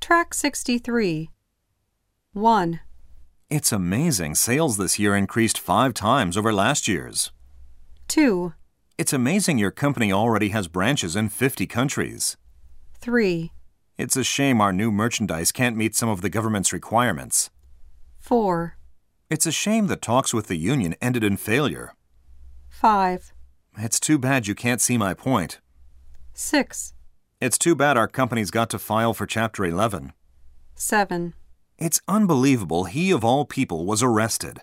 Track 63. 1, It's amazing sales this year increased five times over last year's. 2, It's amazing your company already has branches in 50 countries. 3, It's a shame our new merchandise can't meet some of the government's requirements. 4, It's a shame the talks with the union ended in failure. 5, It's too bad you can't see my point. 6, It's too bad our company's got to file for Chapter 11. 7. It's unbelievable he, of all people, was arrested.